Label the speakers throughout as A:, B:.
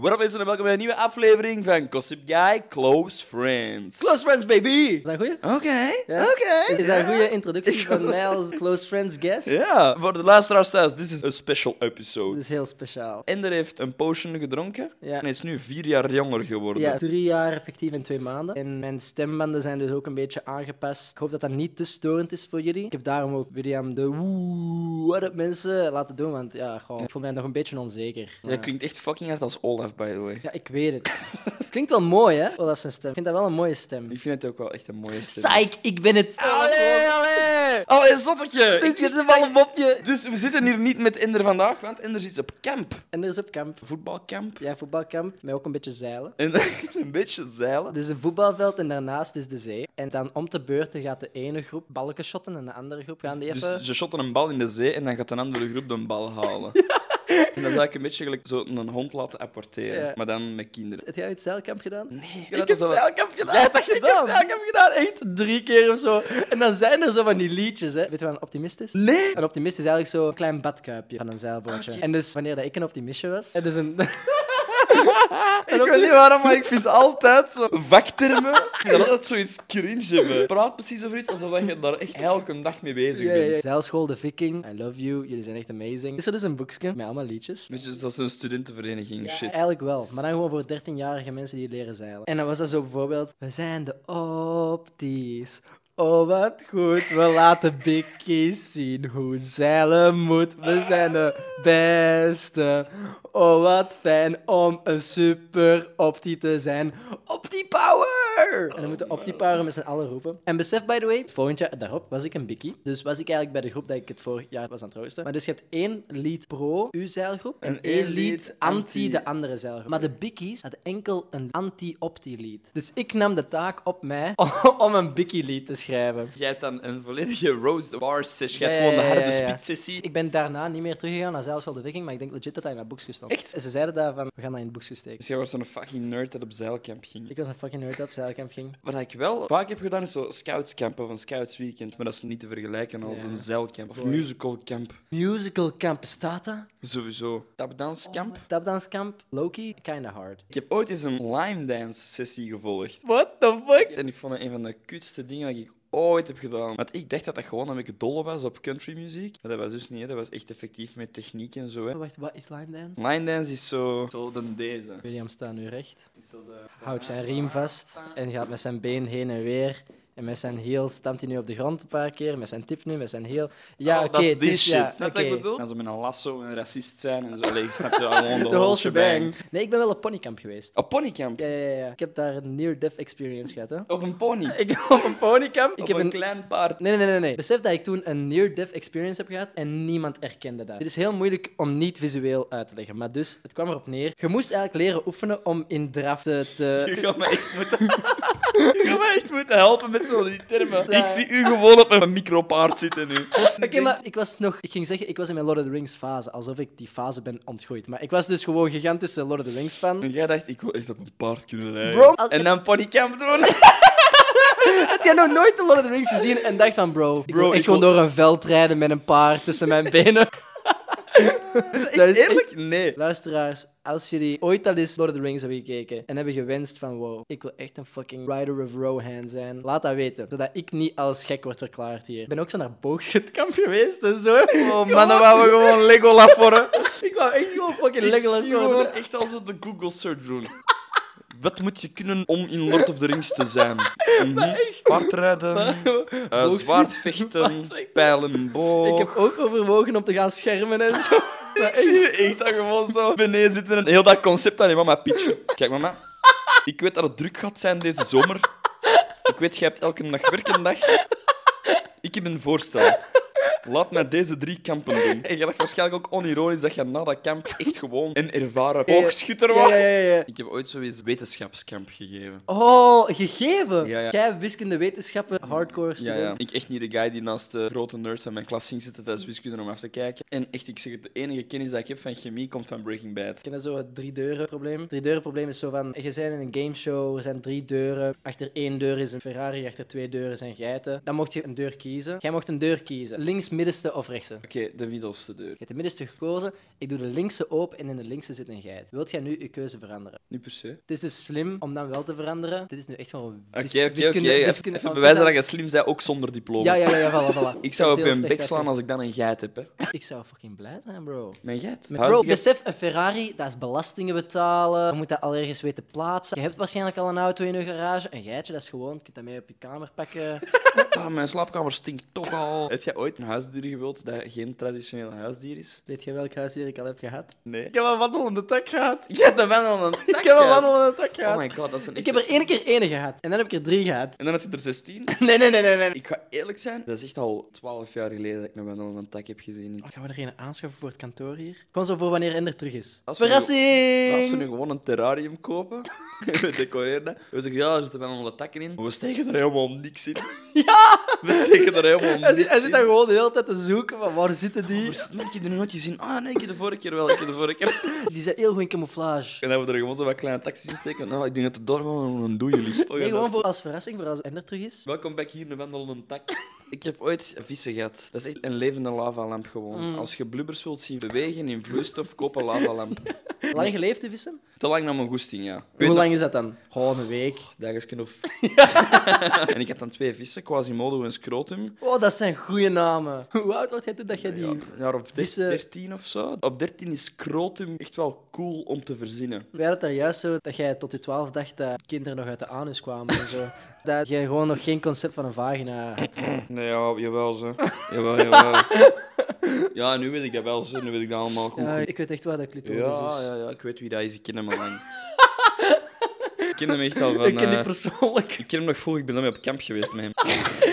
A: Wat op is en welkom bij een nieuwe aflevering van Gossip Guy Close Friends.
B: Close friends, baby! Is dat een goeie?
A: Oké,
B: Ja.
A: oké.
B: Is dat een
A: Ja.
B: goede introductie
A: Ik
B: van
A: wil-
B: mij als close friends guest?
A: Ja, voor de luisteraars thuis, dit is een special
B: Dat
A: episode.
B: is heel speciaal.
A: Ender heeft een potion gedronken
B: Dus- Ja.
A: en is nu vier jaar jonger geworden.
B: Ja, drie jaar effectief en twee maanden. En mijn stembanden zijn dus ook een beetje aangepast. Ik hoop dat dat niet te storend is voor jullie. Ik heb daarom ook William de woe, what up mensen laten doen, want ja, gewoon, ik voel mij nog een beetje onzeker.
A: Jij klinkt echt fucking hard als Olaf, by the way.
B: Ja, ik weet het. Klinkt wel mooi, hè? Olaf zijn stem. Ik vind dat wel een mooie stem.
A: Ik vind het ook wel echt een mooie stem.
B: Psych, ik ben het.
A: Allee, allee! Allee, zottertje! Ik
B: Dit is
A: wist dat
B: een malle
A: je-
B: mopje.
A: Dus we zitten hier niet met Ender vandaag, want Ender zit op camp.
B: En er is op kamp.
A: Voetbalkamp.
B: Ja, voetbalkamp, maar ook een beetje zeilen.
A: En een beetje zeilen.
B: Dus een voetbalveld en daarnaast is de zee. En dan om de beurten gaat de ene groep balken shotten en de andere groep gaan die even...
A: Dus ze shotten een bal in de zee en dan gaat een andere groep de bal halen. En dat is eigenlijk een beetje gelijk zo een hond laten apporteren,
B: Ja.
A: maar dan met kinderen.
B: Heb jij ooit zeilkamp gedaan?
A: Nee,
B: Ik heb zeilkamp gedaan.
A: Jij hebt dat
B: Ik heb
A: gedaan?
B: zeilkamp gedaan, echt drie keer of zo. En dan zijn er zo van die liedjes, hè. Weet je wat een optimist is?
A: Nee!
B: Een optimist is eigenlijk zo'n klein badkuipje van een zeilbootje.
A: Oké.
B: En dus wanneer dat ik een optimistje was, en dus een...
A: Ik weet niet waarom, maar ik vind altijd zo vaktermen. Ik vind dat altijd zoiets cringe hebben. Praat precies over iets alsof dat je daar echt elke dag mee bezig
B: Ja,
A: bent.
B: ja, ja. Zeilschool De Viking, I love you, jullie zijn echt amazing. Is er dus een boekje met allemaal liedjes?
A: Weet je, dat is een studentenvereniging,
B: Ja,
A: shit.
B: Eigenlijk wel, maar dan gewoon voor 13-jarige mensen die leren zeilen. En dan was dat zo bijvoorbeeld: We zijn de opties. Oh, wat goed. We laten bikkies zien hoe zeilen moet. We zijn de beste. Oh, wat fijn om een super optie te zijn. Optie power! En dan moeten optie power met z'n allen roepen. En besef, by the way, het volgend jaar daarop was ik een bikkie. Dus was ik eigenlijk bij de groep dat ik het vorig jaar was aan het roosten. Maar dus je hebt één lied pro uw zeilgroep en,
A: En
B: één
A: één
B: lied
A: lied
B: anti
A: anti-
B: de andere zeilgroep. Maar de Bikkies hadden enkel een anti-opti-lied. Dus ik nam de taak op mij om een Bikkie-lied te schrijven.
A: Jij hebt dan een volledige roast bar sessie. Jij
B: Ja,
A: hebt gewoon
B: ja,
A: de harde
B: ja, ja.
A: spitsessie.
B: Ik ben daarna niet meer teruggegaan naar zelfs wel de Viking, maar ik denk legit dat hij in dat boekje stond.
A: Echt?
B: En ze zeiden daarvan, we gaan dat in het boekje steken.
A: Dus jij was zo'n fucking nerd dat op zeilkamp ging.
B: Ik was een fucking nerd dat op zeilkamp ging.
A: Wat ik wel vaak heb gedaan is zo scoutskampen van scoutsweekend, maar dat is niet te vergelijken als
B: Ja.
A: een zeilkamp of
B: Mooi.
A: musicalkamp.
B: Musical camp, bestaat dat?
A: Sowieso.
B: Oh,
A: Tapdanskamp.
B: Tapdanskamp, Loki, kinda hard.
A: ik heb ooit eens een lime dance sessie gevolgd.
B: What the fuck?
A: En ik vond dat een van de kutste dingen dat ik ooit heb gedaan. Want ik dacht dat dat gewoon een beetje dolle was op countrymuziek. Maar dat was dus niet, hè. dat was echt effectief met techniek en zo. Hè.
B: Wacht, wat is lime dance?
A: Line dance is zo... Zo dan deze.
B: William staat nu recht. houdt zijn
A: Oh,
B: riem vast en gaat met zijn been heen en weer. En met zijn heel stampt hij nu op de grond een paar keer. Met zijn tip nu, met zijn heel. Ja,
A: Oh,
B: oké,
A: dat is
B: het
A: die
B: is-
A: shit.
B: ja,
A: Snap je wat ik
B: oké.
A: bedoel? En zo met een lasso een racist zijn en zo. Allee, ik snap je gewoon de,
B: De whole
A: bang.
B: shebang. Nee, ik ben wel op ponykamp geweest.
A: Op ponykamp.
B: Ja, ja, ja. Ik heb daar een near-death experience gehad, hè.
A: Op een pony.
B: Ik op een ponykamp. Ik
A: op
B: heb
A: een,
B: een...
A: klein paard.
B: Nee, nee, nee, nee. Besef dat ik toen een near-death experience heb gehad en niemand erkende dat. Dit is heel moeilijk om niet visueel uit te leggen, maar dus het kwam erop neer. Je moest eigenlijk leren oefenen om in draf te... te...
A: Je gaat me echt moeten... Je gaat me echt moeten helpen met zo'n termen.
B: Ja.
A: Ik zie u gewoon op een micropaard zitten nu.
B: Oké, maar ik was nog... Ik ging zeggen, ik was in mijn Lord of the Rings fase, alsof ik die fase ben ontgooid. Maar ik was dus gewoon een gigantische Lord of the Rings fan.
A: En jij dacht, ik wil echt op een paard kunnen rijden.
B: Bro, als-
A: en dan ponycamp doen.
B: Had jij nog nooit de Lord of the Rings gezien en dacht van, bro, ik
A: Bro,
B: wil echt
A: ik
B: gewoon
A: wil-
B: door een veld rijden met een paard tussen mijn benen. Dat is echt-
A: Eerlijk? Oh, Nee.
B: Luisteraars, als jullie ooit al eens Lord of the Rings hebben gekeken en hebben gewenst van, wow, ik wil echt een fucking Rider of Rohan zijn, laat dat weten, zodat ik niet als gek word verklaard hier. Ik ben ook zo naar boogschutkamp geweest en zo.
A: Oh, mannen, waar we gewoon Legolas worden.
B: Ik wou echt gewoon fucking
A: Ik
B: Legolas
A: zie gewoon
B: worden.
A: echt als we de Google search doen. Wat moet je kunnen om in Lord of the Rings te zijn? Mhm. Paardrijden, eh
B: Boogschieten,
A: zwaardvechten,
B: paardvechten.
A: pijlenboog.
B: Ik heb ook overwogen om te gaan schermen en zo.
A: Ik zie je echt dan gewoon zo beneden zitten en heel dat concept aan je mama pitchen. Kijk, mama, ik weet dat het druk gaat zijn deze zomer. Ik weet, jij hebt elke dag werk en dag. Ik heb een voorstel. Laat mij deze drie kampen doen. En jij dacht waarschijnlijk ook onironisch dat je na dat kamp echt gewoon een ervaren
B: Ja, ja.
A: oogschutter
B: Ja,
A: wordt.
B: ja, ja, ja.
A: Ik heb ooit zoiets wetenschapskamp gegeven.
B: Oh, gegeven?
A: Ja, ja.
B: Jij wiskunde, wetenschappen, hardcore
A: Ja,
B: student.
A: ja. Ik echt niet de guy die naast de grote nerds in mijn klas ging zitten tijdens wiskunde om af te kijken. En echt, ik zeg het, de enige kennis dat ik heb van chemie komt van Breaking Bad.
B: Ken je zo het drie deuren probleem? Drie deuren probleem is zo van, je bent in een gameshow, er zijn drie deuren. Achter één deur is een Ferrari, achter twee deuren zijn geiten. Dan mocht je een deur kiezen. Jij mocht een deur kiezen. Links middenste of rechtste? Je
A: Oké, de middelste deur.
B: hebt de middenste gekozen. Ik doe de linkse open en in de linkse zit een geit. Wilt jij nu je keuze veranderen?
A: Niet per se.
B: Het is dus slim om dan wel te veranderen. Dit is nu echt gewoon
A: Oké,
B: wis-
A: oké, oké.
B: wiskunde-
A: Even
B: wiskunde
A: even
B: van-
A: bewijzen dat je slim bent, ook zonder
B: Ja,
A: diploma.
B: ja, ja, ja, voilà, voilà.
A: Ik zou op
B: Heel
A: je
B: slecht
A: bek slaan als ik dan een geit heb, hè.
B: uitgelegd. Ik zou fucking blij zijn, bro.
A: Mijn geit?
B: Met-
A: Huis-
B: Bro, besef, een Ferrari, dat is belastingen betalen. Je moet dat al ergens weten plaatsen. Je hebt waarschijnlijk al een auto in je garage. Een geitje, dat is gewoon. Je kunt dat mee op je kamer pakken.
A: Ah, mijn slaapkamer stinkt toch al. Heb jij ooit een huisdier gewild dat geen traditioneel huisdier is?
B: Weet je welk huisdier ik al heb gehad?
A: Nee.
B: Ik heb een wandelende tak gehad.
A: Je hebt een wandelende tak
B: Ik heb een
A: gehad.
B: wandelende tak gehad.
A: Oh my god, dat is een
B: ik heb er één keer één gehad. En dan heb ik er drie gehad.
A: En dan had je er 16.
B: Nee, nee, nee, nee. nee.
A: Ik ga eerlijk zijn, dat is echt al 12 jaar geleden dat ik een wandelende tak heb gezien.
B: Oh, gaan we er een aanschaffen voor het kantoor hier? Gewoon zo voor wanneer Ender terug is.
A: Als we nu-
B: Verrassing!
A: Als we nu gewoon een terrarium kopen, we decoreren dat. We zeggen, ja, er zitten wandelende takken in. Maar we steken er helemaal niks in.
B: Ja!
A: We steken er helemaal niks
B: Hij zit, hij
A: in.
B: zit dan gewoon de hele tijd te zoeken van waar zitten die?
A: Maar nee, ik heb er nog nooit gezien. Ah, nee, ik heb de vorige keer wel. Ik heb de vorige keer.
B: Die zijn heel goed in camouflage.
A: En dan we er gewoon zo wat kleine taxis in steken. Nou, ik denk dat de dorp wel een doeie ligt.
B: Nee, gewoon voor als verrassing voor als Ender terug is.
A: Welkom back hier in de wandelende tak. Ik heb ooit vissen gehad. Dat is echt een levende lavalamp gewoon.
B: Mm.
A: Als je blubbers wilt zien bewegen in vloeistof, koop een lavalamp.
B: Lang geleefd, de vissen?
A: Te lang naar mijn goesting, ja. Ik weet
B: Hoe
A: nog-
B: lang is dat dan? Gewoon een week.
A: Dagen of... en ik had dan twee vissen, Quasimodo en Scrotum.
B: Oh, dat zijn goede namen. Hoe oud was jij toen dat jij die...
A: Ja, een jaar of
B: vissen-
A: 13 of zo. Op 13 is Scrotum echt wel cool om te verzinnen.
B: Wij hadden het daar juist zo dat jij tot je twaalf dacht dat kinderen nog uit de anus kwamen en zo. Dat je gewoon nog geen concept van een vagina had.
A: Nee, ja, jawel, ze. Jawel, jawel. ja, nu weet ik dat wel, ze. Nu weet ik dat allemaal goed.
B: Ja, ik weet echt waar dat clitoris
A: Ja, dus-
B: is.
A: ja, ja, ik weet wie dat is. Ik ken hem al lang. ik ken hem echt al van...
B: ik ken die
A: eh,
B: persoonlijk.
A: ik ken hem nog vroeg. Ik ben daarmee op camp geweest met hem.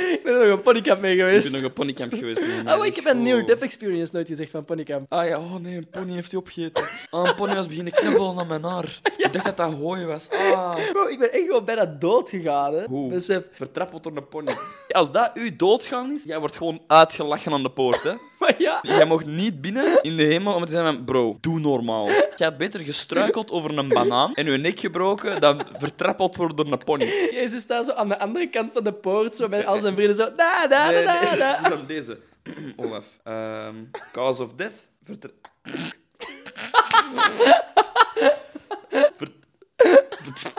B: Ik ben er nog een ponycamp mee
A: Ik
B: geweest.
A: ben nog op ponycamp geweest met hem.
B: Oh, ik heb een nieuw dev experience nooit gezegd van ponycamp.
A: Ah ja, oh nee, een pony heeft hij opgegeten. Ah, een pony was beginnen knibbelen aan mijn haar. Ik dacht dat dat hooi was. Ah.
B: Bro, Oh, ik ben echt gewoon bijna dood gegaan, hè.
A: Hoe?
B: Besef.
A: Vertrappeld door een pony. Als dat uw doodgaan is, jij wordt gewoon uitgelachen aan de poort, hè.
B: Maar ja,
A: Jij mocht niet binnen in de hemel om te zeggen van, bro, doe normaal. Jij hebt beter gestruikeld over een banaan en je nek gebroken dan vertrappeld worden door een pony.
B: Jezus staat zo aan de andere kant van de poort, zo met al zijn vrienden zo... Da, da, da,
A: Nee,
B: da,
A: nee,
B: da.
A: dat is dan deze. Olaf. Ehm, cause of death. Vertra- Ver- ver-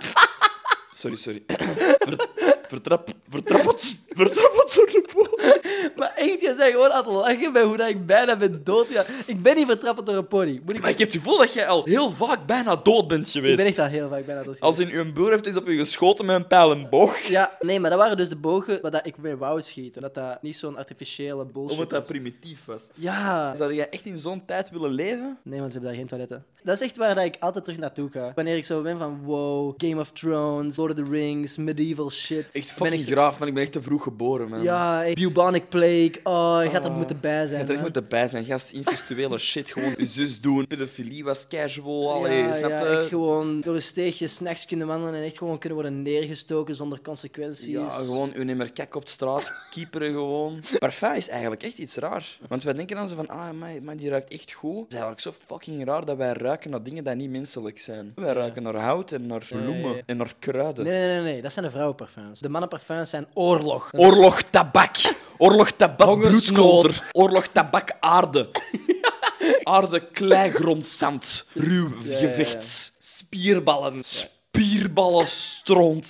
A: Sorry, sorry. Ver- Vertrap... Vertrappeld... Vertrappeld door de pony.
B: Maar echt, je bent gewoon aan het lachen bij hoe dat ik bijna ben doodgegaan. Ik ben niet vertrapt door een pony. Moet ik...
A: Maar ik heb het gevoel dat jij al heel vaak bijna dood bent geweest.
B: ik ben echt al heel vaak bijna doodgegaan.
A: Als in uw broer heeft is op u geschoten met een pijl en boog.
B: Ja, nee, maar dat waren dus de bogen waar dat ik mee wou schieten. Dat dat niet zo'n artificiële bullshit
A: Omdat dat
B: was.
A: primitief was.
B: Ja.
A: Zou jij echt in zo'n tijd willen leven?
B: Nee, want ze hebben daar geen toiletten. Dat is echt waar dat ik altijd terug naartoe ga. Wanneer ik zo ben van wow, Game of Thrones, Lord of the Rings, medieval shit.
A: Echt
B: Ben
A: fucking
B: ik zo-
A: graaf, man. Ik ben echt te vroeg geboren, man.
B: Ja, echt, bubonic plague. Oh, je gaat er
A: Ah.
B: moeten bij zijn.
A: Je had er echt
B: hè.
A: moeten bij zijn, gast. Incestuele shit, gewoon je zus doen. Pedofilie was casual, allee,
B: ja,
A: snap
B: ja,
A: je?
B: echt gewoon door een steegje s'nachts kunnen wandelen en echt gewoon kunnen worden neergestoken zonder consequenties.
A: Ja, gewoon uw nimmer kak op straat, kieperen gewoon. Parfum is eigenlijk echt iets raar. Want wij denken dan zo van, ah, maar, maar die ruikt echt goed. Het is eigenlijk zo fucking raar dat wij ruiken naar dingen die niet menselijk zijn. Wij ruiken naar hout en naar
B: ja,
A: bloemen
B: ja.
A: en naar kruiden.
B: Nee, nee, nee, nee, dat zijn de vrouwenparfums. De mannenparfums zijn oorlog.
A: Oorlog tabak. Oorlog tabak
B: Hongersnood.
A: bloedkloter. Oorlog tabak aarde. Aarde, klei, grond, zand. Ruw
B: ja, ja.
A: gevechts. Spierballen. Spierballen, stront.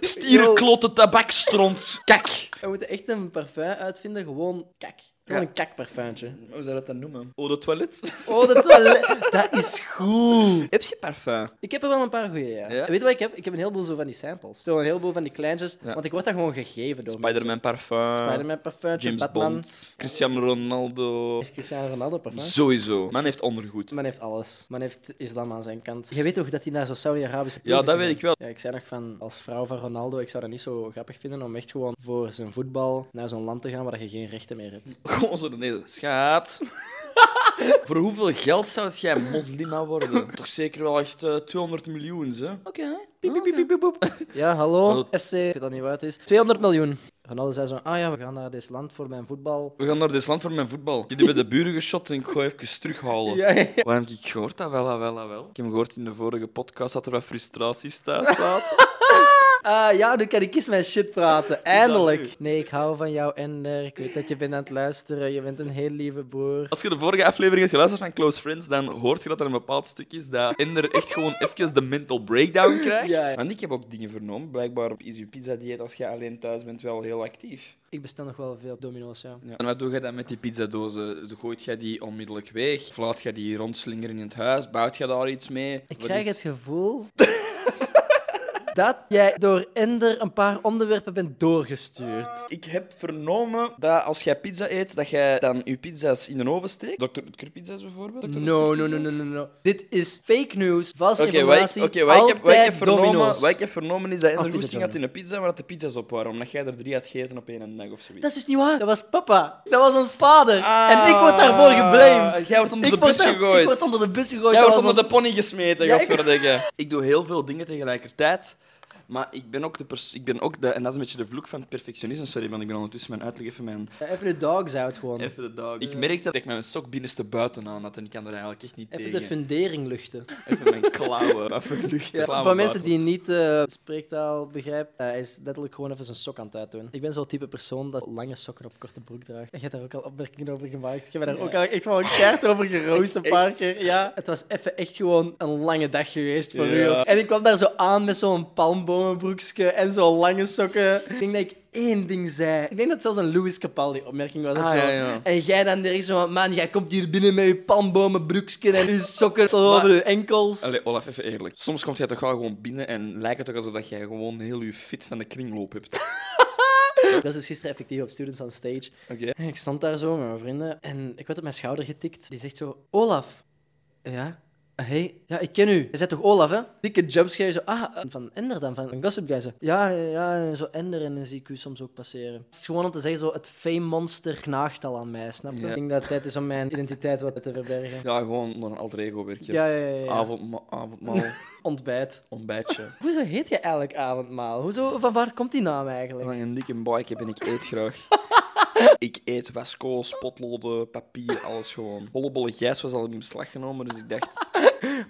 A: Stierenkloten, tabak, stront. Kak.
B: We moeten echt een parfum uitvinden, gewoon kak. Gewoon
A: Ja.
B: een kakparfumtje.
A: Hoe zou dat dan noemen? Oh, de toilet.
B: Oh, dat toilet. dat is goed.
A: Heb je parfum?
B: Ik heb er wel een paar goede, ja.
A: Ja?
B: En Weet je wat ik heb? Ik heb een heleboel zo van die samples. Zo een heleboel van die kleintjes,
A: Ja.
B: want ik word dat gewoon gegeven door mensen.
A: Spider-Man parfum.
B: Spider-Man parfumtje,
A: James
B: Batman.
A: Bond. Cristiano Ronaldo.
B: Heeft Cristiano Ronaldo parfum?
A: Sowieso. Man heeft ondergoed.
B: Man heeft alles. Man heeft islam aan zijn kant. Je weet toch dat hij naar zo'n Saudi-Arabische ploeg
A: Ja,
B: is
A: dat weet
B: gegaan?
A: ik wel.
B: Ja, ik zei nog van, als vrouw van Ronaldo, ik zou dat niet zo grappig vinden om echt gewoon voor zijn voetbal naar zo'n land te gaan waar je geen rechten meer hebt.
A: Gewoon zo nee, Schaat. Voor hoeveel geld zou jij moslima worden? Toch zeker wel echt eh, 200 miljoen, hè? Oké.
B: Piep, piep, piep, piep, piep, piep. Ja, hallo,
A: Hallo.
B: FC, ik weet dat niet waar het is. 200 miljoen. Ronaldo zei zo, ah ja, we gaan naar dit land voor mijn voetbal.
A: We gaan naar dit land voor mijn voetbal. Ik heb die bij de buren geschot en ik ga even terughalen.
B: Ja, ja, ja.
A: Waar heb ik Ah, gehoord? Dat wel, dat wel, dat wel. Ik heb gehoord in de vorige podcast dat er wat frustraties thuis zaten.
B: Ah, ja, nu kan ik eens mijn shit praten. Eindelijk.
A: goed?
B: Nee, ik hou van jou, Ender. Ik weet dat je bent aan het luisteren. Je bent een heel lieve broer.
A: Als je de vorige aflevering hebt geluisterd van Close Friends, dan hoort je dat er een bepaald stuk is dat Ender echt gewoon even de mental breakdown krijgt.
B: Ja, ja.
A: Want ik heb ook dingen vernomen. Blijkbaar is je pizza-dieet als je alleen thuis bent wel heel actief.
B: Ik bestel nog wel veel domino's, ja.
A: En wat doe je dan met die pizzadozen? Gooit jij die onmiddellijk weg? Flaat jij die rondslingeren in het huis? Bouwt jij daar iets mee?
B: Ik
A: Wat
B: krijg
A: is-
B: het gevoel dat jij door Ender een paar onderwerpen bent doorgestuurd.
A: Ik heb vernomen dat als jij pizza eet, dat jij dan je pizza's in de oven steekt. Dr. Oetker pizza's bijvoorbeeld. Dr.
B: No,
A: Oetker
B: no, no, no,
A: pizza's.
B: no, no. Dit is fake news, valse
A: Oké, wat,
B: informatie.
A: ik- oké, wat, ik heb- wat ik heb
B: Altijd
A: vernomen-
B: domino's.
A: wat ik heb vernomen is dat Ender
B: pizza
A: goesting had in een pizza, maar dat de pizza's op waren. Omdat jij er drie had gegeten op één dag of zoiets.
B: Dat is dus niet waar. Dat was papa. Dat was ons vader.
A: Ah.
B: en ik word daarvoor geblamed.
A: Jij wordt onder
B: Ik
A: de bus
B: word, daar-
A: gegooid.
B: ik word onder de bus gegooid.
A: Jij
B: dat
A: wordt
B: was
A: onder de
B: ons-
A: pony gesmeten,
B: Ja, ik-
A: godverdikke. Ik... doe heel veel dingen tegelijkertijd. Maar ik ben ook de pers- ik ben ook de, en dat is een beetje de vloek van het perfectionisme. Sorry, want ik ben ondertussen mijn uitleg even mijn
B: Ja, Even de dogs out gewoon. Even,
A: even de dag. eh. Ik merk dat ik mijn sok binnenste buiten aan had en ik kan er eigenlijk echt niet tegen.
B: de fundering luchten.
A: Even mijn klauwen. Even luchten.
B: Ja,
A: Klauwen
B: voor mensen
A: buiten.
B: die niet eh, spreektaal begrijpen, eh, hij is letterlijk gewoon even zijn sok aan het uitdoen. Ik ben zo'n type persoon dat lange sokken op korte broek draagt. En jij hebt daar ook al opmerkingen over gemaakt. Ik heb daar
A: Ja.
B: ook al echt wel een kaart over geroost een paar
A: Echt?
B: keer. Ja, het was even echt gewoon een lange dag geweest voor
A: Ja.
B: u. En ik kwam daar zo aan met zo'n palmbomenbroekje en zo'n lange sokken. Ik denk dat ik één ding zei. Ik denk dat het zelfs een Louis Capaldi-opmerking was. of
A: Ah,
B: zo.
A: ja, ja.
B: En jij dan direct zo van, man, jij komt hier binnen met je palmbomenbroekje en je sokken tot
A: Maar-
B: over je enkels.
A: Allee, Olaf, even eerlijk. Soms komt jij toch wel gewoon binnen en lijkt het ook alsof dat jij gewoon heel je fit van de kringloop hebt.
B: Ik was dus gisteren effectief op Students on Stage.
A: Oké.
B: En ik stond daar zo met mijn vrienden en ik werd op mijn schouder getikt. Die zegt zo, Olaf. Ja? Hey, ja, ik ken u. Je bent toch Olaf, hè? Dikke jumpscare. Zo, ah, eh, van Ender dan, van een Gossip Guy. Zo. Ja, ja, ja, en zo Ender en dan zie ik u soms ook passeren. Het is gewoon om te zeggen, zo, het fame-monster knaagt al aan mij, snap je?
A: Ja.
B: Ik denk dat het tijd is om mijn identiteit wat te verbergen.
A: Ja, gewoon onder een alter ego werk je.
B: Ja, ja, ja. ja, ja.
A: Avondma- avondmaal,
B: Ontbijt.
A: ontbijtje.
B: Hoezo heet je eigenlijk avondmaal? Hoezo, van waar komt die naam eigenlijk?
A: Zolang ik een dikke buik heb en ik eet graag. ik eet waskool, potloden, papier, alles gewoon. Hollebolle gijs was al in beslag genomen, dus ik dacht...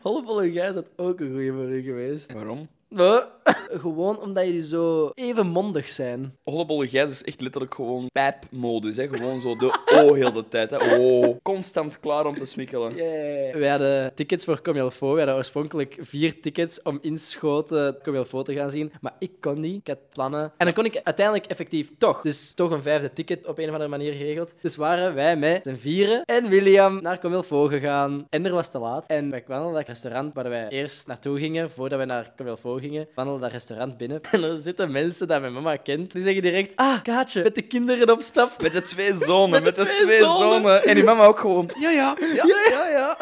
B: Hollebolle Gij is dat ook een goeie voor u geweest.
A: Waarom?
B: Huh? Gewoon omdat jullie zo evenmondig zijn.
A: Hollebolle gijs is echt letterlijk gewoon pijpmodus, hè. Gewoon zo de O heel de tijd, hè. Oh, constant klaar om te smikkelen.
B: We hadden tickets voor Comilfo. We hadden oorspronkelijk vier tickets om inschoten Comilfo te gaan zien. Maar ik kon niet. Ik had plannen. En dan kon ik uiteindelijk effectief toch. Dus toch een vijfde ticket op een of andere manier geregeld. Dus waren wij met z'n vieren en William naar Comilfo gegaan. En er was te laat. En wij kwamen naar dat restaurant waar wij eerst naartoe gingen, voordat we naar Comilfo gingen. Wandelden dat restaurant binnen. En er zitten mensen dat mijn mama kent. Die zeggen direct, ah, Kaatje, met de kinderen op stap.
A: Met de twee zonen,
B: Met
A: met
B: de
A: de,
B: twee
A: twee,
B: zonen.
A: zonen. En die mama ook gewoon. Ja, ja, ja, ja. ja.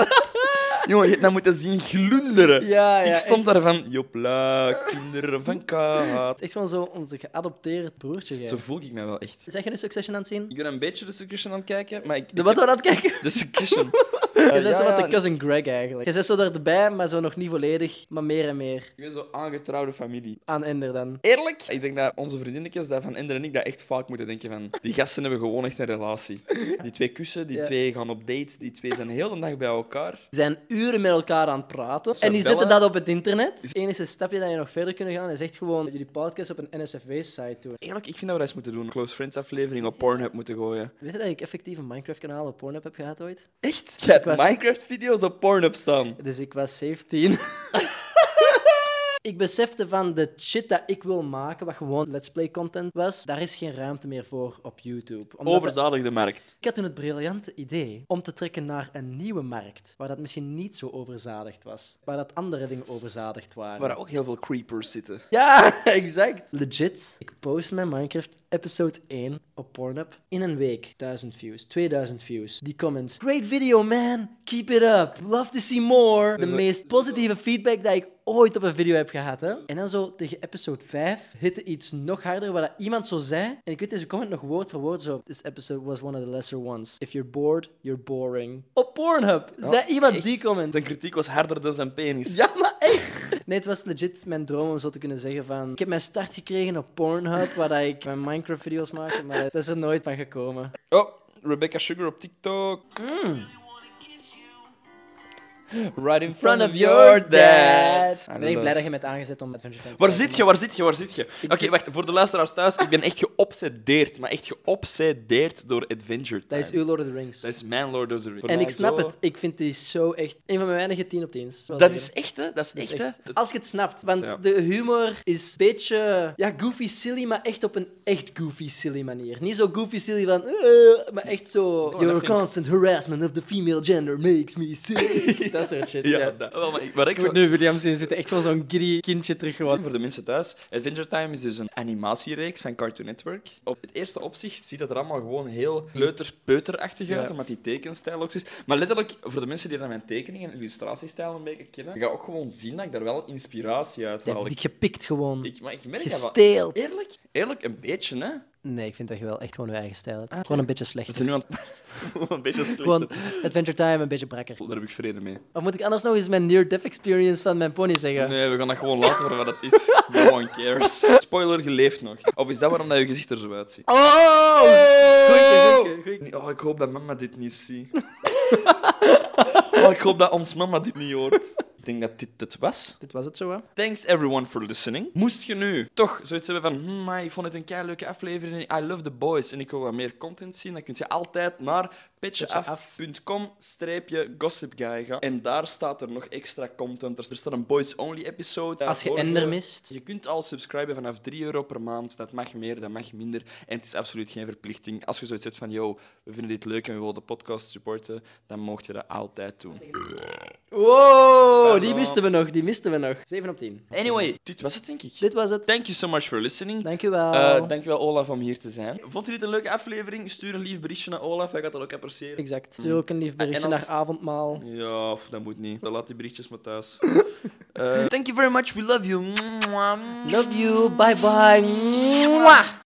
A: Jongen, je hebt dat moeten zien glunderen.
B: Ja, ja.
A: ik
B: echt.
A: stond daar van, jopla, kinderen van Kaat.
B: Echt gewoon zo onze geadopteerd broertje. jij.
A: Zo voel ik mij wel echt.
B: Zeg je nu Succession aan het zien?
A: Ik ben een beetje de Succession aan het kijken, maar ik...
B: De
A: ik
B: wat
A: heb-
B: we aan het kijken?
A: De Succession.
B: Je
A: Eh,
B: bent zo
A: ja,
B: wat de
A: ja.
B: cousin Greg eigenlijk. Je bent zo erbij, maar zo nog niet volledig, maar meer en meer.
A: Ik ben zo'n aangetrouwde familie.
B: Aan Ender dan.
A: Eerlijk, ik denk dat onze vriendinnetjes dat van Ender en ik dat echt vaak moeten denken van... Die gasten hebben gewoon echt een relatie. Die twee kussen, die
B: Ja.
A: twee gaan op dates, die twee zijn heel de dag bij elkaar.
B: Ze zijn uren met elkaar aan het praten.
A: Ze
B: En die
A: bellen.
B: zetten dat op het internet. Het enige stapje dat je nog verder kunnen gaan, is echt gewoon jullie podcast op een NSFW-site doen.
A: Eerlijk, ik vind dat we dat eens moeten doen. Een Close Friends aflevering op Pornhub moeten gooien.
B: Weet je dat ik effectief een Minecraft-kanaal op Pornhub heb gehad ooit?
A: Echt? Je hebt
B: Ik was-
A: Minecraft-video's op Pornhub staan.
B: Dus ik was 17. ik besefte van de shit dat ik wil maken, wat gewoon let's play content was, daar is geen ruimte meer voor op YouTube. Omdat dat-
A: Overzadigde markt.
B: Ik had toen het briljante idee om te trekken naar een nieuwe markt, waar dat misschien niet zo overzadigd was, waar dat andere dingen overzadigd waren.
A: Waar ook heel veel creepers zitten.
B: Ja, exact. Legit. Ik post mijn Minecraft episode 1 op Pornhub in een week. 1000 views, 2000 views. Die comments. Great video, man. Keep it up. Love to see more. De
A: Dus, eh,
B: meest positieve feedback dat ik ooit op een video heb gehad. Hè? En dan zo tegen episode 5 hitte iets nog harder waar dat iemand zo zei. En ik weet deze comment nog woord voor woord zo. This episode was one of the lesser ones. If you're bored, you're boring. Op Pornhub zei iemand
A: echt?
B: die comment.
A: Zijn kritiek was harder dan zijn penis.
B: Ja, maar echt. Nee, het was legit mijn droom om zo te kunnen zeggen van... Ik heb mijn start gekregen op Pornhub, waar dat ik mijn Minecraft-video's maakte, maar dat is er nooit van gekomen.
A: Oh, Rebecca Sugar op TikTok. Right Hmm. in front of your dad.
B: Ben ik blij dat je me hebt aangezet om Adventure Time te
A: Waar
B: kijken,
A: zit je, waar zit je, waar zit je? Oké,
B: zit-
A: wacht, voor de luisteraars thuis. Ik ben echt geobsedeerd, maar echt geobsedeerd door Adventure Time.
B: man. Dat is uw Lord of the Rings.
A: Dat is mijn Lord of the Rings.
B: en ik snap het. Ik vind die zo echt een van mijn weinige 10 op 10's.
A: Dat is echt, hè? Dat is
B: Dat is
A: echt,
B: echt-
A: hè?
B: Als je het snapt, want
A: Ja.
B: de humor is een beetje ja, goofy silly, maar echt op een echt goofy silly manier. Niet zo goofy silly van, eh, maar echt zo.
A: Oh, dat
B: Your
A: vind ik-
B: constant harassment of the female gender makes me sick. dat soort shit.
A: Ja,
B: Ja,
A: dat. Wel, maar ik, maar ik
B: Ik
A: zo-
B: moet nu Williams in zitten, echt wel zo'n giddy kindje terug gewoon.
A: Voor de mensen thuis, Adventure Time is dus een animatiereeks van Cartoon Network. Op het eerste opzicht ziet dat er allemaal gewoon heel leuter-peuterachtig uit,
B: Ja.
A: omdat die tekenstijl ook is. Maar letterlijk, voor de mensen die dan mijn tekening en illustratiestijl een beetje kennen, je gaat ook gewoon zien dat ik daar wel inspiratie uit
B: Dat
A: haal.
B: heb ik
A: Ik,
B: gepikt gewoon.
A: ik, maar ik merk dat wel.
B: Gesteeld.
A: Eerlijk? Eerlijk, een beetje, hè?
B: Nee, ik vind dat je wel echt gewoon je eigen stijl
A: Ah,
B: hebt. Gewoon een beetje
A: We
B: slecht.
A: zijn nu aan het... een beetje slecht.
B: Gewoon Adventure Time een beetje brakker.
A: Daar heb ik vrede mee.
B: Of moet ik anders nog eens mijn near-death experience van mijn pony zeggen?
A: Nee, we gaan dat gewoon laten voor wat het is. No one cares. Spoiler, je leeft nog. Of is dat waarom dat je gezicht er zo uitziet?
B: Oh!
A: Goeie, goeie, goeie. Oh, ik hoop dat mama dit niet ziet. oh, ik hoop dat ons mama dit niet hoort. Ik denk dat dit het was.
B: Dit was het zo, hè?
A: Thanks everyone for listening. Moest je nu toch zoiets hebben van, hmm, maar ik vond het een kei leuke aflevering, I love the boys en ik wil wat meer content zien, dan kun je altijd naar petjeaf.com streepje gossipguy gaan. En daar staat er nog extra content. Er staat een boys only episode.
B: Als je
A: Vorige-
B: Ender mist.
A: je kunt al subscriben vanaf 3 euro per maand. Dat mag meer, dat mag minder. En het is absoluut geen verplichting. Als je zoiets hebt van, yo, we vinden dit leuk en we willen de podcast supporten, dan mocht je dat altijd doen.
B: Wow, die
A: Hallo.
B: misten we nog, die misten we nog. 7 eh, op 10.
A: Anyway, dit was het, denk ik.
B: Dit was het.
A: Thank you so much for listening.
B: Dankjewel.
A: Eh, dankjewel, Olaf, om hier te zijn. Vond je dit een leuke aflevering? Stuur een lief berichtje naar Olaf, hij gaat dat ook appreciëren.
B: exact. Stuur ook een lief berichtje
A: En als-
B: naar avondmaal.
A: Ja, pff, dat moet niet. Dan laat die berichtjes maar thuis. Eh, thank you very much, we love you.
B: Love you, bye bye. Mwah.